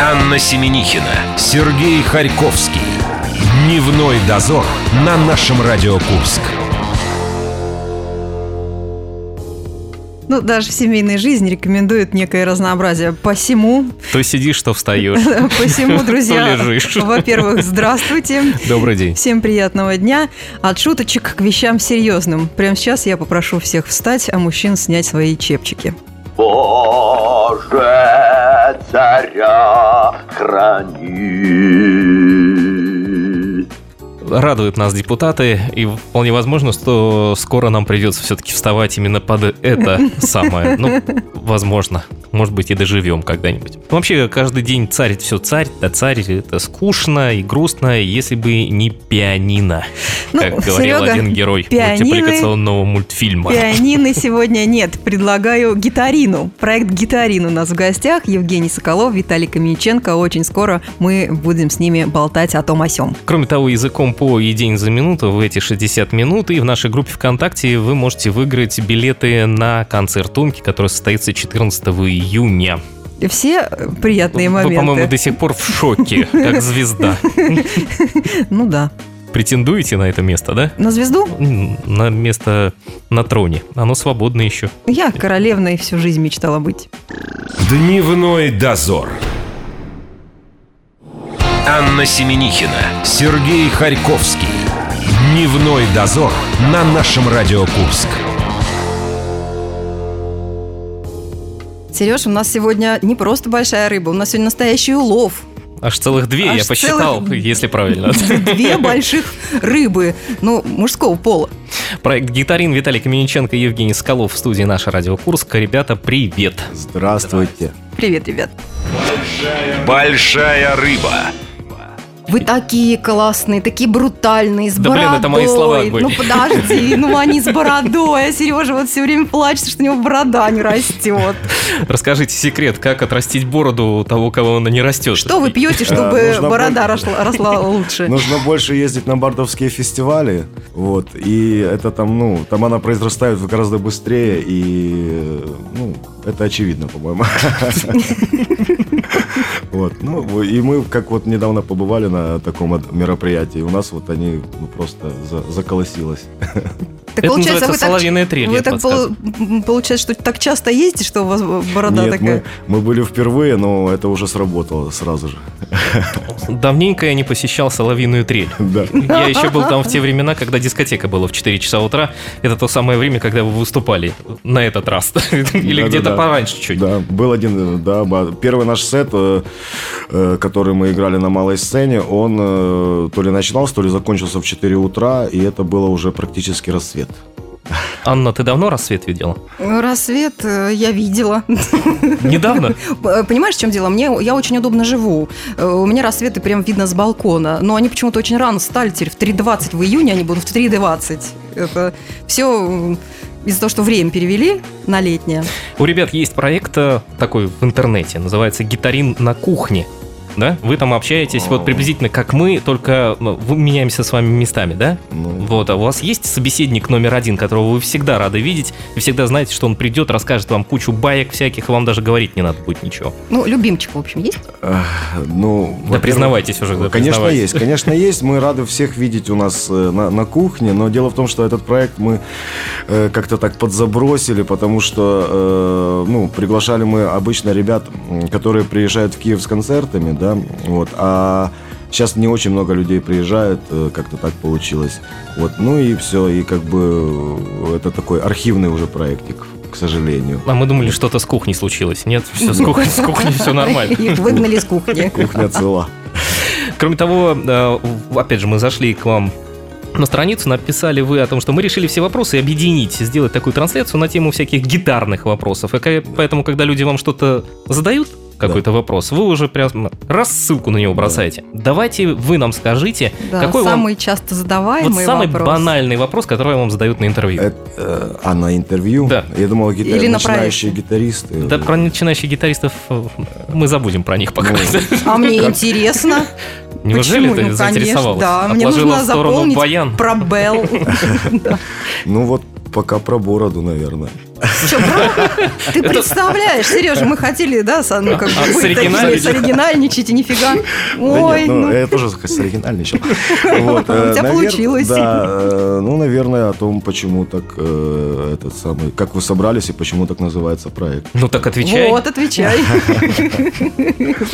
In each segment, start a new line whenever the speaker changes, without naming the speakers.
Анна Семенихина, Сергей Харьковский. Дневной дозор на нашем Радио Курск.
Ну, даже в семейной жизни рекомендуют некое разнообразие. Посему, э,
То сидишь, то встаешь.
посему, друзья,
То лежишь.
во-первых, здравствуйте.
Добрый день.
Всем приятного дня. От шуточек к вещам серьезным. Прямо сейчас я попрошу всех встать, а мужчин снять свои чепчики.
Боже, царя храни.
Радуют нас депутаты, и вполне возможно, что скоро нам придется все-таки вставать именно под это самое. Ну, возможно. Может быть, и доживем когда-нибудь. Ну, Вообще, каждый день царит все царь, да царь, это скучно и грустно, если бы не пианино,
Ну,
как говорил
Серега,
один герой
пианины-
мультипликационного мультфильма.
Пианины сегодня нет. Предлагаю гитарину. Проект «Гитарин» у нас в гостях. Евгений Соколов, Виталий Камениченко. Очень скоро мы будем с ними болтать о том о сём.
Кроме того, языком по и день за минуту в эти 60 минут и в нашей группе ВКонтакте вы можете выиграть билеты на концерт Тумки, который состоится 14 июня.
Все э, приятные
Вы,
моменты.
по-моему, до сих пор в шоке, как звезда.
Ну да.
Претендуете на это место, да?
На звезду?
М, На место на троне. Оно свободно еще.
Я королевной всю жизнь мечтала быть.
Дневной дозор. Анна Семенихина, Сергей Харьковский. Дневной дозор на нашем Радио Курск.
Сереж, у нас сегодня не просто большая рыба, у нас сегодня настоящий улов.
Аж целых две
Аж
я посчитал,
целых-
если правильно.
Две больших рыбы, ну, мужского пола.
Проект «Гитарин» Виталий Камениченко и Евгений Скалов в студии «Наша Радио Курск». Ребята, привет!
Здравствуйте.
Привет, ребят.
Большая рыба.
Вы такие классные, такие брутальные, с
Да блин,
бородой.
это мои слова были.
Ну подожди, ну они с бородой, а Сережа вот все время плачет, что у него борода не растет.
Расскажите секрет, как отрастить бороду у того, кого она не растет.
Что вы пьете,
Э,
чтобы
нужно
борода
больше.
росла, росла лучше?
Ну,
Нужно больше ездить на бардовские фестивали, вот, и это там, ну, там она произрастает гораздо быстрее, и, э, ну, это очевидно, по-моему. Вот, ну, и мы, как вот недавно побывали на таком вот мероприятии, у нас вот они ну, просто за- заколосилось.
Так
Это
получается,
называется
вы так-
соловьиная трель,
Вы
я
так, пол- м, получается, что так часто ездите, что у вас борода
Нет,
такая?
мы, мы были впервые, но это уже сработало сразу же.
Давненько я не посещал соловьиную трель.
Да.
Я еще был там в те времена, когда дискотека была в 4 часа утра. Это то самое время, когда вы выступали на этот раз. Или
Да-да-да.
где-то пораньше чуть.
Да, был один, э, да, ба- первый наш сет, э, э, который мы играли на малой сцене, он э, то ли начинался, то ли закончился в 4 утра, и это было уже практически рассвет.
Анна, ты давно рассвет видела?
Ну, Рассвет э, я видела.
Недавно?
Э, Понимаешь, в чем дело? Мне, я очень удобно живу. Э, У меня рассветы прям видно с балкона. Но они почему-то очень рано стали. Теперь в 3.20 в июне они будут в 3.20. Это все из-за того, что время перевели на летнее.
У ребят есть проект э, такой в интернете, называется «Гитарин на кухне». Да? Вы там общаетесь, вот приблизительно как мы, только ну, вы меняемся с вами местами, да?
Ну,
Вот, а у вас есть собеседник номер один, которого вы всегда рады видеть, и всегда знаете, что он придет, расскажет вам кучу баек всяких, и вам даже говорить не надо будет ничего.
Ну, любимчик, в общем, есть?
э, ну
Да
во-первых,
признавайтесь уже, да,
Конечно
признавайтесь.
есть, конечно есть. Мы рады всех видеть у нас э, на, на кухне, но дело в том, что этот проект мы э, как-то так подзабросили, потому что э, ну, приглашали мы обычно ребят, м, которые приезжают в Киев с концертами, да, вот, а сейчас не очень много людей приезжают, э, как-то так получилось. Вот, ну и все, и как бы э, это такой архивный уже проектик, к сожалению.
А мы думали, что-то с кухней случилось. Нет, все с кухни, с кухни все нормально.
Их выгнали из кухни.
Кухня цела.
Кроме того, э, в- опять же, мы зашли к вам на страницу, написали вы о том, что мы решили все вопросы объединить, сделать такую трансляцию на тему всяких гитарных вопросов. И ка- поэтому, когда люди вам что-то задают, какой-то вопрос, вы уже прям раз ссылку на него бросаете. Давайте вы нам скажите,
Да,
какой вам
самый часто
вот
задаваемый
самый
вопрос.
банальный вопрос, который вам задают на интервью.
Это, э, а на интервью?
Да.
Я думал, гита-
Или на
начинающие гитаристы.
Да, про начинающих гитаристов э, мы забудем про них пока.
А мне интересно.
Неужели
Почему?
ты
ну, конечно,
заинтересовалась?
да. Мне
Отложила
нужно
в сторону
заполнить
баян.
про Белл.
Ну вот пока про бороду, наверное.
Всё, бро, Ты представляешь, Сережа, мы хотели, да, со- ну, как бы,
А,
быть такими,
соригинальничать?
соригинальничать, и нифига.
Да нет,
Ой,
ну,
ну.
я тоже с оригинальничал. Вот, э,
У тебя
навер-
получилось.
Да, э, ну, наверное, о том, почему так э, этот самый, как вы собрались и почему так называется проект.
Ну так отвечай.
Вот, отвечай.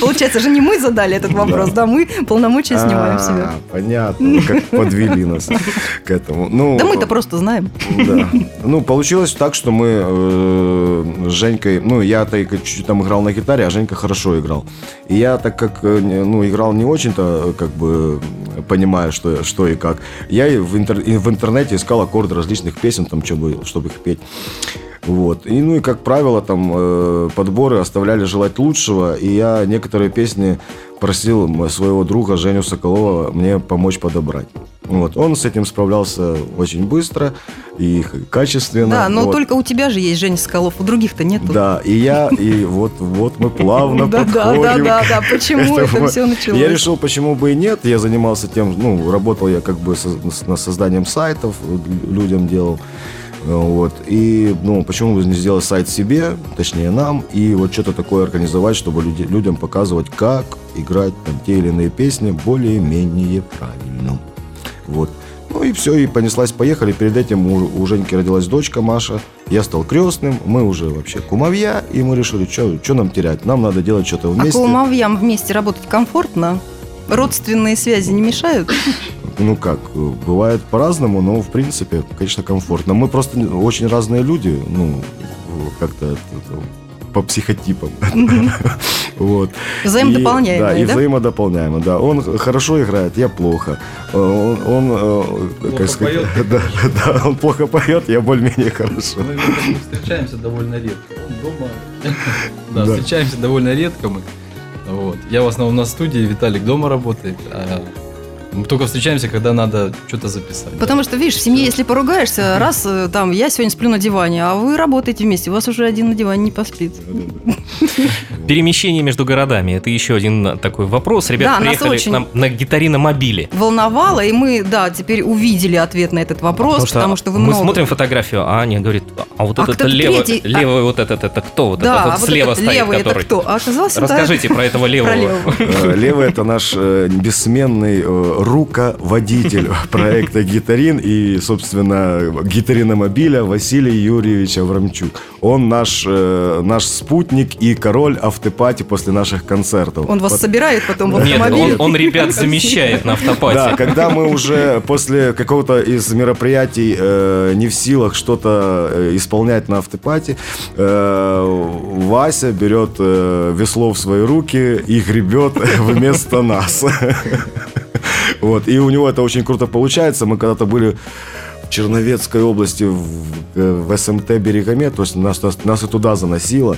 Получается же не мы задали этот вопрос, да, мы полномочия снимаем
А,
себя.
Понятно, вы как подвели нас к этому. Ну,
Да мы-то просто знаем.
Да. Ну, получилось так, что мы э, с Женькой, ну, я только чуть-чуть там играл на гитаре, а Женька хорошо играл. И я, так как, э, не- ну, играл не очень-то, э, как бы, э, понимаю, что, что и как, я и в, интер- и в интернете искал аккорды различных песен, там, чтобы, чтобы их петь. Вот. И, ну и, как правило, там э, подборы оставляли желать лучшего, и я некоторые песни просил м- своего друга Женю Соколова мне помочь подобрать. Вот. Он с этим справлялся очень быстро и х- качественно.
Да, но
Ну, Вот.
только у тебя же есть Женя Соколов, у других-то нету.
Да, и я, и вот, вот мы плавно
да, да,
подходим
да, да, да.
к
Почему это
этому.
все началось?
Я решил, почему бы и нет. Я занимался тем, ну, работал я как бы со- с- над созданием сайтов, людям делал. Э, Вот. И, ну, почему бы не сделать сайт себе, точнее нам, и вот что-то такое организовать, чтобы люди- людям показывать, как играть там те или иные песни более-менее правильно. Вот. Ну и все, и понеслась, поехали. Перед этим у, у Женьки родилась дочка Маша. Я стал крестным, мы уже вообще кумовья, и мы решили, что нам терять? Нам надо делать что-то
А
вместе.
кумовьям вместе работать комфортно? Родственные связи не мешают?
Ну как, э, бывает по-разному, но в принципе, конечно, комфортно. Мы просто не- очень разные люди, ну, в- как-то это, это, по психотипам. Вот.
Взаимодополняемые,
И- Да, и
да?
взаимодополняемые, да. Он хорошо играет, я плохо. Э, Он, он, э, как сказать, да, да, он плохо поет, я более-менее хорошо.
Ну, Мы видимо, встречаемся довольно редко. Он Дома.
Да.
Да, встречаемся довольно редко мы. Вот. Я в основном на студии, Виталик дома работает. а мы только встречаемся, когда надо что-то записать. да.
Потому что, видишь, в семье, если поругаешься, раз э, там я сегодня сплю на диване, а вы работаете вместе, у вас уже один на диване не поспит.
Перемещение между городами. Это еще один такой вопрос. Ребята
Да, нас
приехали
очень-
к нам на гитариномобиле.
Волновало, и мы, да, теперь увидели ответ на этот вопрос, потому что, вы
мы
много.
смотрим фотографию, а Аня говорит, а вот
А
этот
кто-то
левый,
третий, а-
левый вот этот, это кто? Вот
да,
этот
а
вот слева
этот
стоит,
левый,
который.
это кто? А оказался, да,
Расскажите про этого
про
левого.
левого.
Э, Левый это наш э, бессменный э, руководитель проекта «Гитарин» и, собственно, гитариномобиля Василий Юрьевич Аврамчук. Он наш, э, наш спутник и король автопати после наших концертов.
Он вас
Вот.
собирает потом в
Нет,
автомобиль.
он, он ребят замещает на
Да,
автопате.
когда мы уже после какого-то из мероприятий э, не в силах что-то э, исполнять на автопате, э, Вася берет э, весло в свои руки и гребет вместо нас. Вот, и у него это очень круто получается. Мы когда-то были в Черновецкой области, в, э, в СМТ Берегоме, то есть нас, нас, нас и туда заносило.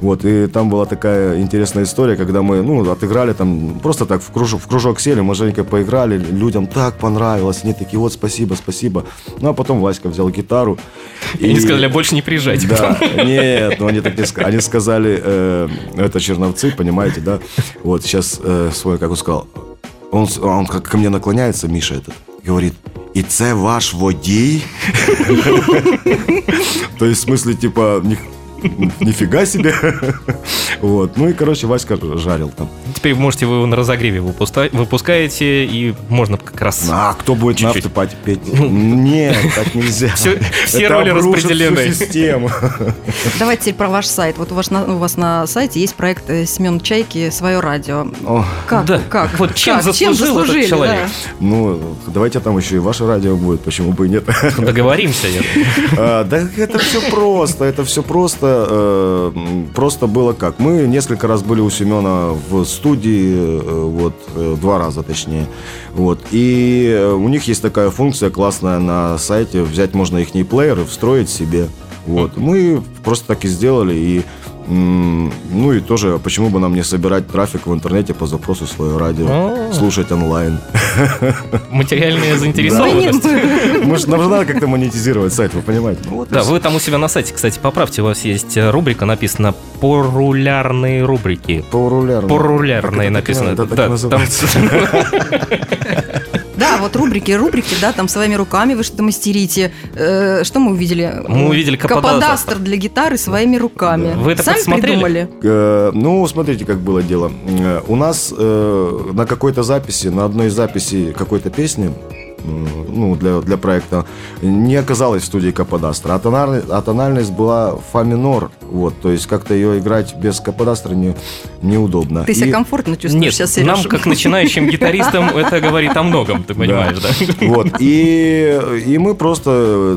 Вот, и там была такая интересная история, когда мы, ну, отыграли там, просто так в кружок, в кружок сели, мы с Женькой поиграли, людям так понравилось, они такие, вот, спасибо, спасибо. Ну, а потом Васька взял гитару.
И они сказали, больше не приезжайте.
Да, нет, ну они так не сказали. Они сказали, э, это черновцы, понимаете, да? Вот сейчас э, свой, как он сказал, он, с- он как ко мне наклоняется, Миша этот, говорит, и це ваш водій? То есть, в смысле, типа, ни- нифига себе. Вот, ну и, короче, Васька жарил там.
Теперь можете вы его на разогреве выпуста- выпускаете, и можно как раз...
А кто будет на
Чуть-чуть.
автопате петь? Нет, так нельзя.
Всё- все
Это
роли
обрушит всю
распределены.
систему.
Давайте теперь про ваш сайт. Вот у вас, на, у вас на сайте есть проект Семен Чайки «Свое радио».
О.
Как?
Да.
Как?
Вот чем
как?
заслужил этот
заслужили,
человек?
Ну, давайте там еще и ваше радио будет, почему бы и нет.
Договоримся. я-
А, Да это все просто, это все просто. э, м, Просто было как. Мы несколько раз были у Семена в студии, э, вот, э, два раза точнее. Вот. И э, у них есть такая функция классная на сайте, взять можно их плееры, встроить себе. Вот. Мы просто так и сделали, и м, ну и тоже, почему бы нам не собирать трафик в интернете по запросу свое радио,
А.
слушать онлайн.
Материальная
Да. Мы не-
заинтересованность.
Мы ж- нам же надо как-то монетизировать сайт, вы понимаете? Ну, вот и
Да,
всё.
вы там у себя на сайте, кстати, поправьте, у вас есть э, рубрика, написано «Порулярные рубрики».
Порулярный.
Порулярные
Так это так и
написано.
надо, так и
Да,
называется.
там-
Да, вот рубрики, рубрики, да, там своими руками вы что-то мастерите. Э, Что мы увидели?
Мы увидели каподастр.
Каподастр для гитары своими руками.
Да. Вы это
Сами
подсмотрели?
придумали?
Э, Ну, смотрите, как было дело. Э, У нас э, на какой-то записи, на одной из записей какой-то песни, м, ну, для, для проекта, не оказалось в студии Каподастра. А, тонарный- а тональность была фа минор. Вот, то есть как-то ее играть без Каподастра не, неудобно.
Ты себя
И-
комфортно чувствуешь
Нет,
сейчас, Сереж?
нам, как начинающим гитаристам, это говорит о многом, ты понимаешь, да?
Вот. И, и мы просто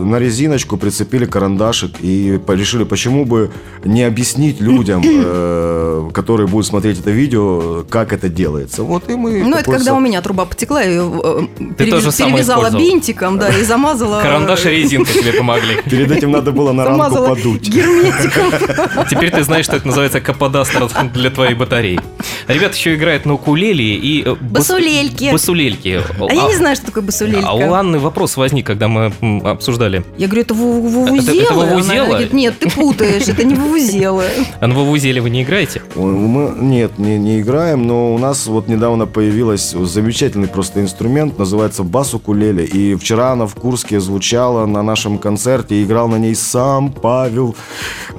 на резиночку прицепили карандашик и по- решили, почему бы не объяснить людям, э, которые будут смотреть это видео, как это делается. Вот и мы...
Ну, это
такой
когда
со-
у меня труба потекла, я ее э,
Ты тоже
перевяз-
самое
перевязала
использовала.
бинтиком, да, и замазала... э,
Карандаш и резинка тебе помогли.
Перед этим надо было на рамку
Замазала
подуть.
герметиком.
Теперь ты знаешь, что это называется каподастр для твоей батареи. Ребят еще играют на укулеле и... э, бас-
Басулельки.
Басулельки.
А я не знаю, что такое басулелька.
А у Анны вопрос возник, когда мы м, обсуждали.
Я говорю, это ву-
Это-
вувузелы?
это
Она
вувузелы?
говорит, нет, ты путаешь, это не вувузелы.
А на вувузеле вы не играете?
Ой, ну Мы, нет, не, не играем, но у нас вот недавно появилась замечательный просто инструмент, называется бас-укулеле. И вчера она в Курске звучала на нашем концерте, и играл на ней сам Павел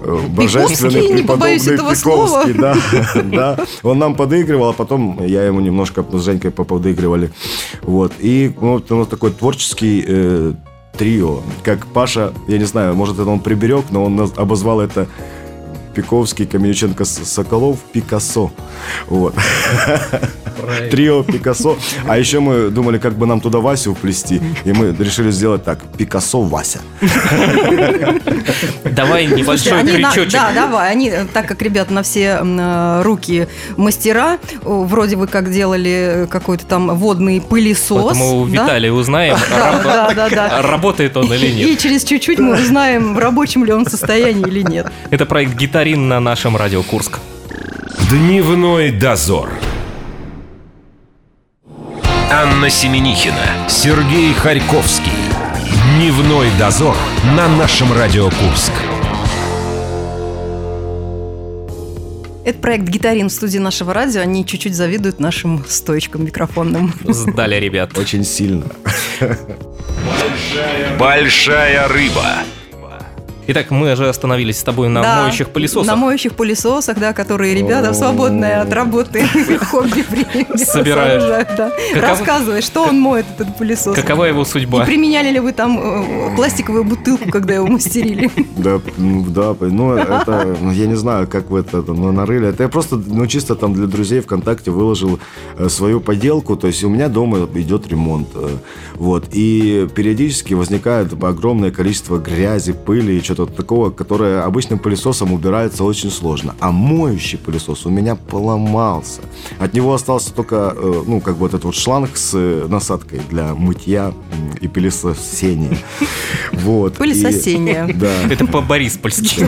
э, Божественный,
Пиковский, не побоюсь
преподобный
этого слова.
Пиковский. Да, да. Он нам подыгрывал, а потом я ему немножко мы с Женькой поподыгрывали. Вот. И ну, вот у нас такой творческий э, трио. Как Паша, я не знаю, может, это он приберег, но он нас- обозвал это Пиковский, Каменюченко, С- Соколов, Пикассо. Вот. Трио Пикассо. А еще мы думали, как бы нам туда Васю вплести. И мы решили сделать так. Пикассо Вася.
Давай небольшой
Слушай, они на-
крючочек.
Да, давай. Они, э, так как ребята на все м, э, руки мастера, о, вроде вы как делали какой-то там водный пылесос.
Вот мы у
да?
Виталия узнаем,
Да, да, да, да.
работает он или
И
нет.
через чуть-чуть мы узнаем, в рабочем ли он состоянии или нет.
Это проект «Гитарин» на нашем радио Курск.
Дневной дозор. Анна Семенихина, Сергей Харьковский. Дневной дозор на нашем радио Курск.
Это проект «Гитарин» в студии нашего радио. Они чуть-чуть завидуют нашим стоечкам микрофонным.
Сдали, ребят.
Очень сильно.
Большая рыба.
Итак, мы же остановились с тобой на
Да,
моющих пылесосах.
На моющих пылесосах, да, которые ребята в свободное от работы хобби время
Собирают.
сооружают, да.
Каково-
Рассказывай, что он моет, этот пылесос.
Какова его
И
судьба?
применяли ли вы там э, пластиковую бутылку, когда его мастерили?
Да, ну, да, ну это, ну, я не знаю, как вы это ну, нарыли. Это я просто, ну чисто там для друзей ВКонтакте выложил э, свою поделку. То есть у меня дома идет ремонт. э, вот. И периодически возникает огромное количество грязи, пыли и чего-то такого, которое обычным пылесосом убирается очень сложно. А моющий пылесос у меня поломался. От него остался только, э, ну, как бы вот этот вот шланг с э, насадкой для мытья м, и пылесосения. Вот. и-
Пылесосение.
Да.
Это по Бориспольски.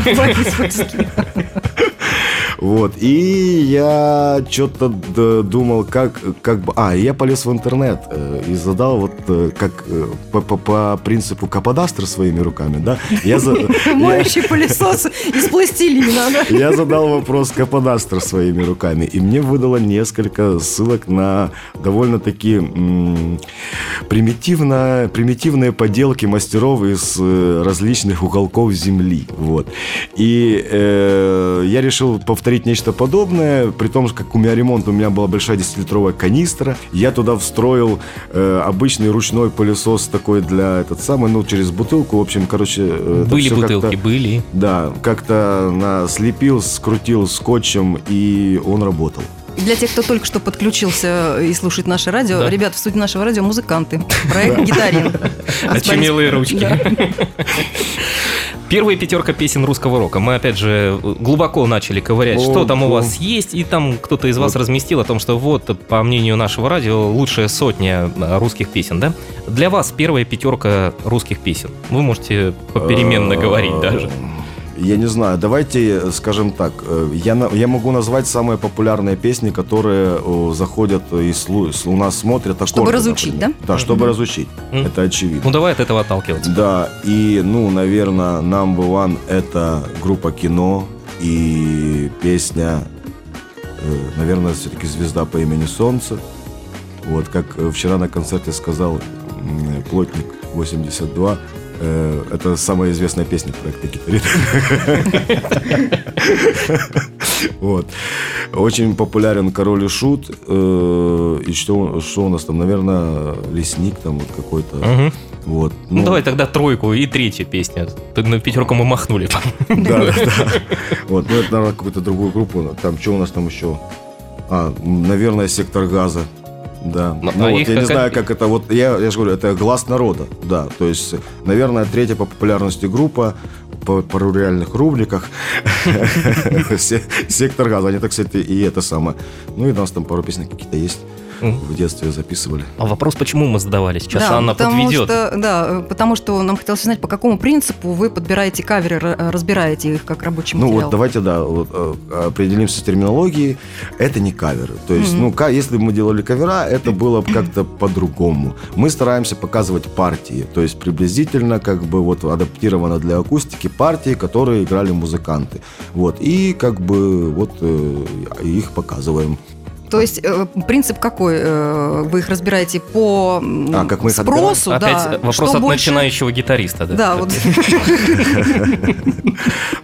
Вот, и я что-то думал, как, как бы... А, я полез в интернет э, и задал вот э, как э, по, по- по принципу каподастра своими руками, да? Я, за- я-
Моющий пылесос из пластилина. да.
я задал вопрос каподастра своими руками, и мне выдало несколько ссылок на довольно-таки м, примитивно, примитивные поделки мастеров из э, различных уголков земли. Вот. И э, я решил повторить нечто подобное, при том, как у меня ремонт, у меня была большая 10-литровая канистра, я туда встроил э, обычный ручной пылесос такой для этот самый, ну, через бутылку, в общем, короче... э, это
Были
всё как-то-
бутылки, были.
да, как-то на- слепил, скрутил скотчем, и он работал.
И Для тех, кто только что подключился э, и слушает наше радио,
Да.
ребят, в студии нашего радио музыканты. Проект «Гитарин».
Очумелые ручки. Первая пятерка песен русского рока. Мы, опять же, глубоко начали ковырять, что там у
Ого.
вас есть, и там кто-то из вас
Вот.
разместил о том, что вот, по мнению нашего радио, лучшая сотня э, русских песен, да? Для вас первая пятерка русских песен. Вы можете попеременно
А,
говорить даже.
Э, Я не знаю, давайте скажем так. э, Я, на- я могу назвать самые популярные песни, которые э, заходят и слу- с- у нас смотрят. аккорды,
разучить,
например. Да, чтобы разучить.
Мгм.
Это очевидно.
Ну, давай от этого отталкиваться.
Да, и, ну, наверное, number one это группа кино и песня, э, наверное, все-таки звезда по имени Солнце. Вот, как э, вчера на концерте сказал м, Плотник 82, э, это самая известная песня проекта «Гитарит». Вот. Очень популярен «Король и Шут». э, И что что у нас там? Наверное, «Лесник» там вот какой-то.
Мгм.
Вот.
А? Ну, давай тогда тройку и третья песня. Тут на пятерку мы махнули.
Да, да, да. Вот, ну это, наверное, какую-то другую группу. но Там что у нас там еще? А, м, наверное, сектор газа. Да.
Ну,
Ну,
а
вот,
их
я не
как-
знаю, как это вот. Я, я же говорю, это глаз народа. Да. То есть, наверное, третья по популярности группа по, по реальных рубриках. Се- Сектор газа. Они так, кстати, и это самое. Ну и у нас там пару песен какие-то есть.
Мгм.
В детстве записывали.
А вопрос, почему мы задавали сейчас?
Да,
Анна
потому
подведет.
Что, да, э, потому что нам хотелось узнать, по какому принципу вы подбираете каверы, ра- э, разбираете их как рабочий
Ну
материал.
вот давайте, да, вот, э, определимся с терминологией. Это не каверы. То есть,
Мгм.
ну, ка- если бы мы делали кавера, это было бы как-то по-другому. Мы стараемся показывать партии. То есть приблизительно как бы вот адаптировано для акустики партии, которые играли музыканты. Вот. И как бы вот э, их показываем.
То есть э, принцип какой? Э, Вы их разбираете по м,
А, как мы их
спросу,
Опять
да.
э, вопрос
Что
от
больше-
начинающего гитариста. Да,
Да, вот. э,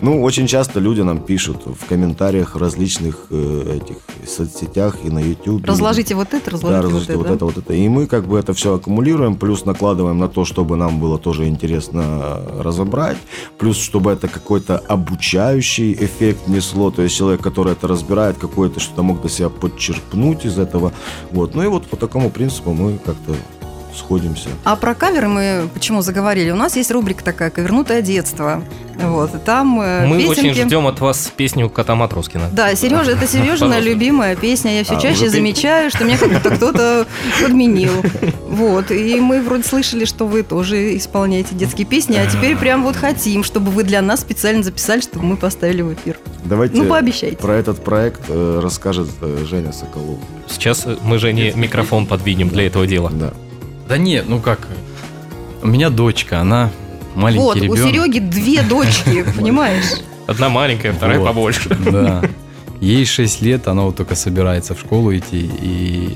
Ну, очень часто люди нам пишут в комментариях различных э, этих соцсетях и на YouTube.
Разложите вот это,
Да,
разложите вот
разложите
это.
вот это, вот это. И мы как бы это все аккумулируем, плюс накладываем на то, чтобы нам было тоже интересно э, разобрать, плюс чтобы это какой-то обучающий эффект несло, то есть человек, который это разбирает, какое-то что-то мог для себя подчерпнуть из этого. Вот. Ну и вот по такому принципу мы как-то сходимся.
А про каверы мы почему заговорили? У нас есть рубрика такая «Ковернутое детство». Вот, и там э,
Мы
песенки.
очень ждем от вас песню Кота Матроскина.
Да, Сережа, это Сережина
Пожалуйста.
любимая песня. Я все
А,
чаще
уже пе-
замечаю, что меня как будто кто-то подменил. Вот. И мы вроде слышали, что вы тоже исполняете детские песни, а теперь прям вот хотим, чтобы вы для нас специально записали, чтобы мы поставили в эфир.
Давайте
Ну, пообещайте.
про этот проект э, расскажет э, Женя Соколов.
Сейчас э, мы Жене микрофон подвинем для этого дела.
Да.
Да не, ну как. У меня дочка, она маленький
Вот, у
ребенок.
Сереги две дочки, понимаешь?
Одна маленькая, вторая
Вот.
побольше.
Да. Ей 6 лет, она вот только собирается в школу идти. И,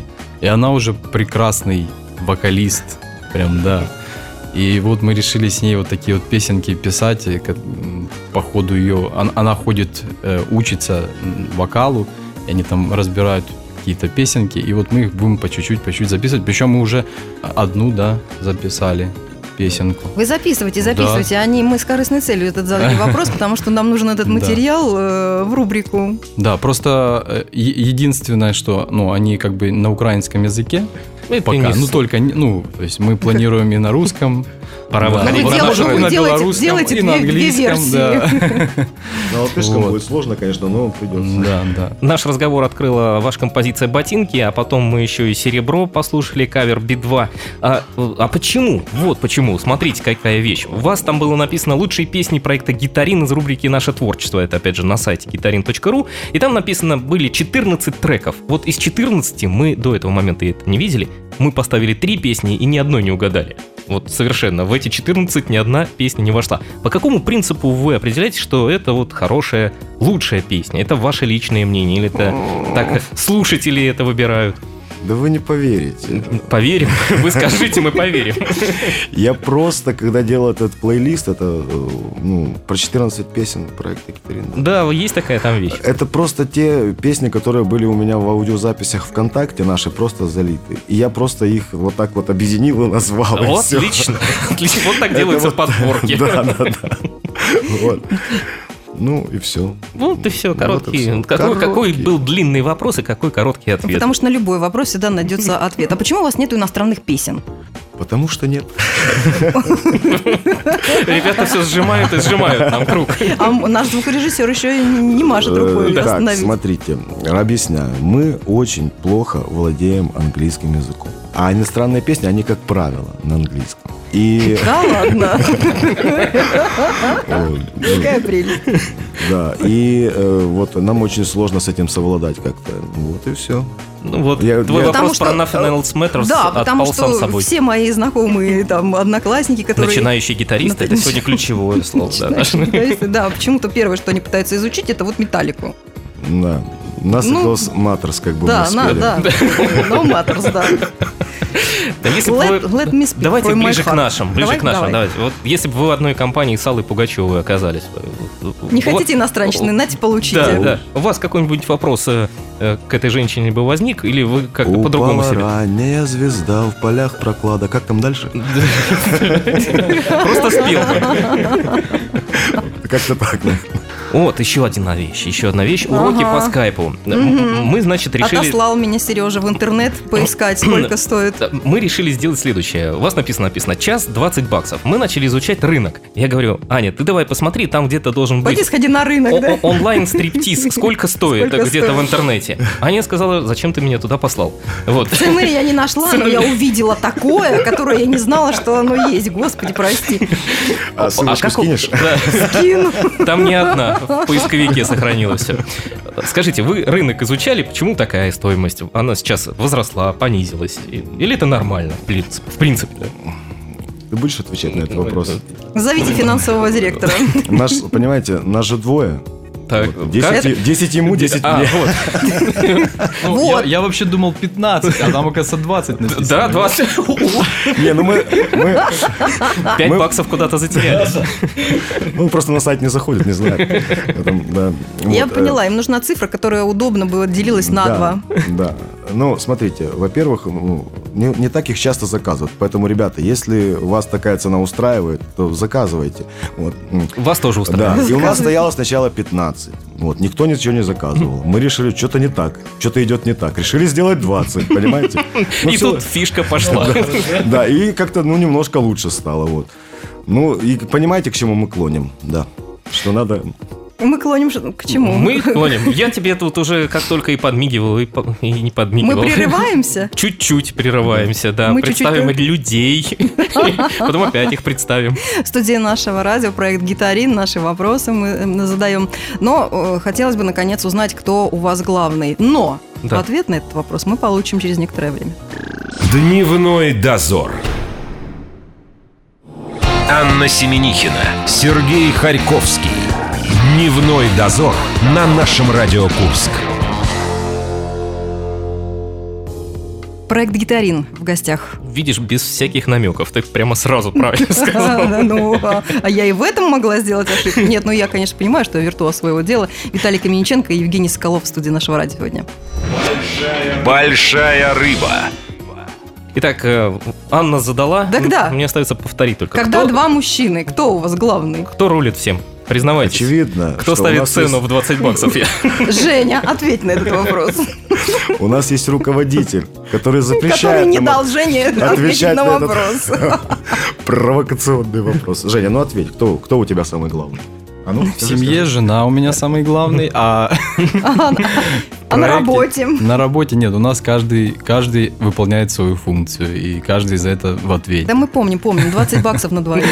и она уже прекрасный вокалист. Прям, да. И вот мы решили с ней вот такие вот песенки писать. и как, м, по ходу ее... он- Она, ходит, э, учится м, вокалу. И они там разбирают какие-то песенки. И вот мы их будем по чуть-чуть, по чуть-чуть записывать. Причем мы уже одну, да, записали песенку.
Вы записывайте,
Да.
записывайте. Они, мы с корыстной целью этот задали вопрос, потому что нам нужен этот
Да.
материал э, в рубрику.
Да, просто э, е- единственное, что, ну, они как бы на украинском языке,
Это
Пока.
не
Ну
с-
только, не- ну, то есть мы планируем и на русском.
Пора
да,
выходить
и
Ну, вы
на
делаете-
наш
ну, вы
на
рынок.
делаете-
белорусском,
делаете
и на
две- две
английском, да.
На латышском
Вот.
а будет сложно, конечно, но придется.
Да, да.
Наш разговор открыла ваша композиция «Ботинки», а потом мы еще и «Серебро» послушали, кавер «Би-2». А, а почему? Вот почему. Смотрите, какая вещь. У вас там было написано «Лучшие песни проекта «Гитарин» из рубрики «Наше творчество». Это, опять же, на сайте гитарин.ру. И там написано были 14 треков. Вот из 14 мы до этого момента это не видели. Мы поставили три песни и ни одной не угадали. Вот совершенно. В эти 14 ни одна песня не вошла. По какому принципу вы определяете, что это вот хорошая, лучшая песня? Это ваше личное мнение? Или это так слушатели это выбирают?
Да вы не поверите.
Поверим. Вы скажите, мы поверим.
Я просто, когда делал этот плейлист, это э, ну, про 14 песен проекта Екатерина.
Да, есть такая там вещь.
Это просто те песни, которые были у меня в аудиозаписях ВКонтакте, наши просто залиты. И я просто их вот так вот объединил и назвал. и
Вот,
А всё.
отлично. Отлично. Вот так
Это
делаются
вот-
подборки.
Да, да, да. Вот. Ну и все.
Ну, ты все, короткий.
всё.
Какой, какой
Короткий.
был длинный вопрос и какой короткий
Ну,
ответ?
Потому что на любой вопрос всегда найдется ответ. А почему у вас нету иностранных песен?
Потому что нет.
Ребята все сжимают и сжимают нам круг.
А м- наш звукорежиссер еще и не машет
Э,
рукой
Так,
остановить.
смотрите, объясняю. Мы очень плохо владеем английским языком. А иностранные песни, они, как правило, на английском. И...
Да ладно,
э, ну,
какая прелесть.
Да, и э, вот нам очень сложно с этим совладать как-то. Вот и все.
Ну вот,
Я-
твой
я-
вопрос
Потому
про
что, э,
Nothing Else Matters
Да, потому
отпал сам
что
собой.
все мои знакомые там одноклассники, которые...
Начинающий гитарист, это
Начи-
сегодня ключевое слово. да,
начинающие гитаристы, Да, почему-то первое, что они пытаются изучить, это вот металлику.
Да. Нас
Ну,
Matters, как бы
Да,
мы
на,
спели.
да. No matters, да.
Да если бы
Let,
вы-
let me speak
Давайте
for my
ближе к
heart.
нашим, ближе
Давай,
к нашим,
давай.
давайте. Вот если бы вы в одной компании с Аллой Пугачевой оказались.
Не
вот-
хотите иностранщины, нате, получите.
Да, да. У вас какой-нибудь вопрос э, э, к этой женщине бы возник, или вы как-то
Упала
по-другому себя?
ранняя звезда в полях проклада. Как там дальше?
Просто спел бы.
Как-то так. да.
Вот, еще одна вещь, еще одна вещь. Уроки
Ага. А
по скайпу. М- Мы, значит, решили...
Отослал меня Сережа в интернет поискать, сколько стоит.
Да, Мы решили сделать следующее. У вас написано, написано, час 20 баксов. Мы начали изучать рынок. Я говорю, Аня, ты давай посмотри, там где-то должен быть...
Пойди сходи на рынок, да?
О- о- Онлайн-стриптиз, сколько стоит
Сколько
где-то в
стоит?
интернете? Аня сказала, зачем ты меня туда послал? Вот.
Цены я не нашла, но я увидела такое, которое я не знала, что оно есть. Господи, прости.
А ссылочку
как у-
скинешь?
Да,
Кину.
там не одна, в поисковике сохранилось все. Скажите, вы рынок изучали, почему такая стоимость? Она сейчас возросла, понизилась? И- Или это нормально, в принципе? В принципе.
Ты будешь отвечать на этот вопрос?
Зовите финансового директора.
Наш, понимаете, нас же двое.
Так, как-
10, ему, 10
А,
мне.
вот.
Ну,
Вот.
я, я вообще думал 15, а там, оказывается, 20 написано.
Да, 20.
Не, ну мы, мы-
5
Мы-
баксов куда-то затерялись.
ну, просто на сайт не заходит, не знаю. Там, да.
Я
Вот, э,
поняла, им нужна цифра, которая удобно бы делилась на
да,
два.
Да. Ну, смотрите, во-первых, ну, не, не так их часто заказывают. Поэтому, ребята, если вас такая цена устраивает, то заказывайте. Вот. м.
Вас тоже
Да,
устраивает.
и у нас стояло сначала 15. Вот, никто ничего не заказывал. Мы решили, что-то не так, что-то идет не так. Решили сделать 20, понимаете? Ну,
И
всё.
тут фишка пошла.
Да, и как-то, ну, немножко лучше стало, вот. Ну, и понимаете, к чему мы клоним, да. Что надо...
Мы клоним ш- к чему?
Мы клоним. Я тебе тут уже как только и подмигивал, и, по- и не
Мы
подмигивал.
прерываемся?
Чуть-чуть прерываемся, да.
Мы чуть-чуть
представим людей. Потом опять их представим.
студии нашего радио, проект «Гитарин», наши вопросы мы э, задаем. Но э, хотелось бы, наконец, узнать, кто у вас главный. Но
Да.
ответ на этот вопрос мы получим через некоторое время.
Дневной дозор. Анна Семенихина, Сергей Харьковский. Дневной дозор на нашем Радио Курск.
Проект «Гитарин» в гостях.
Видишь, без всяких намеков. Ты прямо сразу правильно сказал.
Ну, а а я и в этом могла сделать ошибку. Нет, ну я, конечно, понимаю, что я виртуоз своего дела. Виталий Камениченко и Евгений Соколов в студии нашего радио сегодня.
Большая рыба.
Итак, э, Анна задала.
Так да.
Мне остается повторить только.
Когда
кто-
два мужчины, кто у вас главный?
Кто рулит всем? Признавайтесь.
Очевидно,
Кто
что у
ставит
нас
цену в 20 баксов? Я-
Женя, ответь на этот вопрос.
есть- у нас есть руководитель, который
Который
запрещает
не
нам
дал Жене ответить
отвечать
на
на этот-
вопрос.
провокационный вопрос. Женя, ну ответь, кто, кто у тебя самый главный? А ну,
В
скажи,
семье жена у меня самый главный, а
А на
проекте.
работе?
на работе нет. У нас каждый, каждый выполняет свою функцию, и каждый за это в ответе.
Да мы помним, помним. 20 баксов на двоих.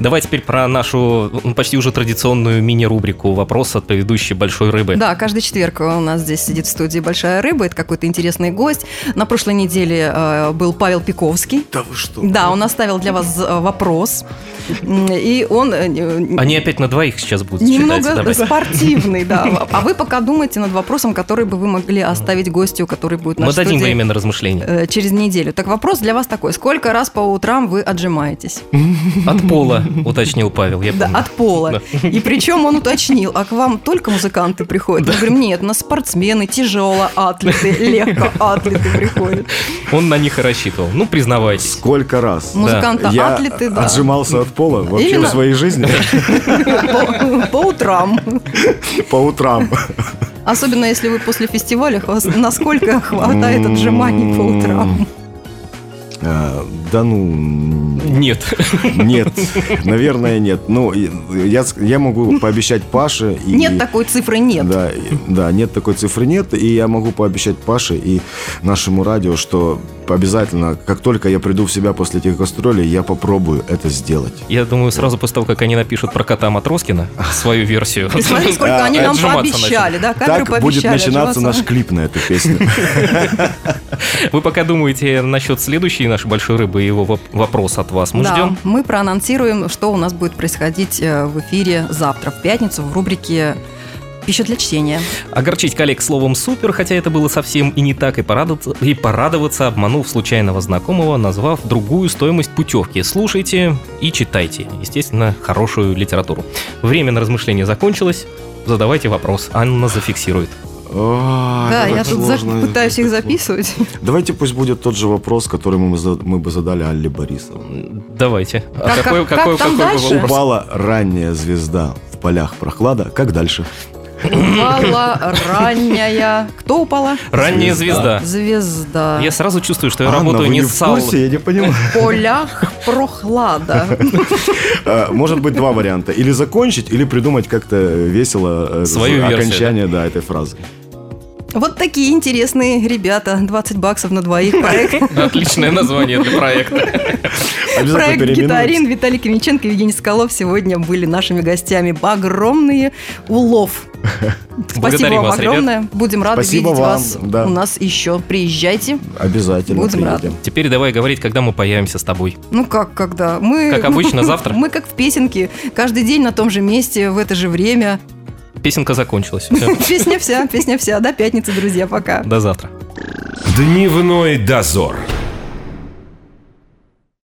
Давай теперь про нашу ну, почти уже традиционную мини-рубрику «Вопрос от предыдущей большой рыбы».
Да, каждый четверг у нас здесь сидит в студии «Большая рыба». Это какой-то интересный гость. На прошлой неделе э, был Павел Пиковский.
Да вы что?
Да, он оставил для вас э, вопрос. М, И он... э, э,
Они опять на двоих сейчас будут
Немного
считать. давай.
спортивный, да. А вы пока думайте над вопросом, который бы вы могли оставить гостю, который будет в
Мы
нашей
дадим
студии,
время на размышления.
э, через неделю. Так вопрос для вас такой. Сколько раз по утрам вы отжимаетесь?
От пола, уточнил Павел. Я
Да,
помню.
от пола. И причем он уточнил, а к вам только музыканты приходят? Мы говорим, нет, у нас спортсмены, тяжело атлеты, легко атлеты приходят.
Он на них и рассчитывал. Ну, признавайтесь.
Сколько раз?
Музыканты
Я
атлеты, да.
отжимался от пола вообще
Или
в
на-
своей жизни
По, по утрам.
по утрам.
Особенно, если вы после фестиваля, вас- насколько хватает отжиманий по
М-м-м.
утрам.
А, Да ну,
Нет.
Нет, наверное, нет. Ну, и- я, с- я могу пообещать Паше. И,
Нет такой цифры, нет.
Да, и- да, нет такой цифры, нет. И я могу пообещать Паше и нашему радио, что обязательно, как только я приду в себя после этих гастролей, я попробую это сделать.
Я думаю, сразу после того, как они напишут про кота Матроскина, свою версию.
И смотри, сколько
А,
они нам
отжиматься
пообещали, да, камеры
так будет
пообещали.
начинаться
отжиматься.
наш клип на эту песню.
Вы пока думаете насчет следующей нашей большой рыбы и его воп- вопрос от вас. Мы
да,
ждем.
мы проанонсируем, что у нас будет происходить э, в эфире завтра, в пятницу, в рубрике Пища для чтения.
Огорчить коллег словом «супер», хотя это было совсем и не так, и порадоваться, и порадоваться, обманув случайного знакомого, назвав другую стоимость путевки. Слушайте и читайте, естественно, хорошую литературу. Время на размышление закончилось. Задавайте вопрос, Анна зафиксирует. А,
Ой,
да,
как
я тут за-
сложно.
пытаюсь их записывать.
Давайте пусть будет тот же вопрос, который мы, за- мы бы задали Алле Борисовне.
Давайте. А
Как-
какой-
как-
какой-
как там
какой был
дальше?
вопрос?
Упала ранняя звезда в полях прохлада. Как дальше?
Упала ранняя. Кто упала?
Ранняя звезда.
Звезда.
Я сразу чувствую, что я
Анна,
работаю
вы
не
не
с
в курсе, я не понимаю.
В полях прохлада.
Э, Может быть, два варианта. Или закончить, или придумать как-то весело э,
Свою версию,
окончание да, этой фразы.
Вот такие интересные ребята. 20 баксов на двоих. Проект,
Саулом. Отличное название для проекта.
Обязательно
проект
переименуем.
«Гитарин» Виталий Каменченко и Евгений Соколов сегодня были нашими гостями. Огромные улов. Спасибо
Благодарим
вам
вас, ребят.
огромное. Будем рады
Спасибо
видеть
вам,
вас
да.
у нас еще. Приезжайте.
Обязательно
Будем рады.
приедем.
Теперь давай говорить, когда мы появимся с тобой.
Ну как, когда? Мы,
Как обычно, завтра.
Мы как в песенке. Каждый день на том же месте, в это же время.
Песенка закончилась. Всё.
Песня вся, песня вся. До пятницы, друзья. Пока.
До завтра.
Дневной дозор.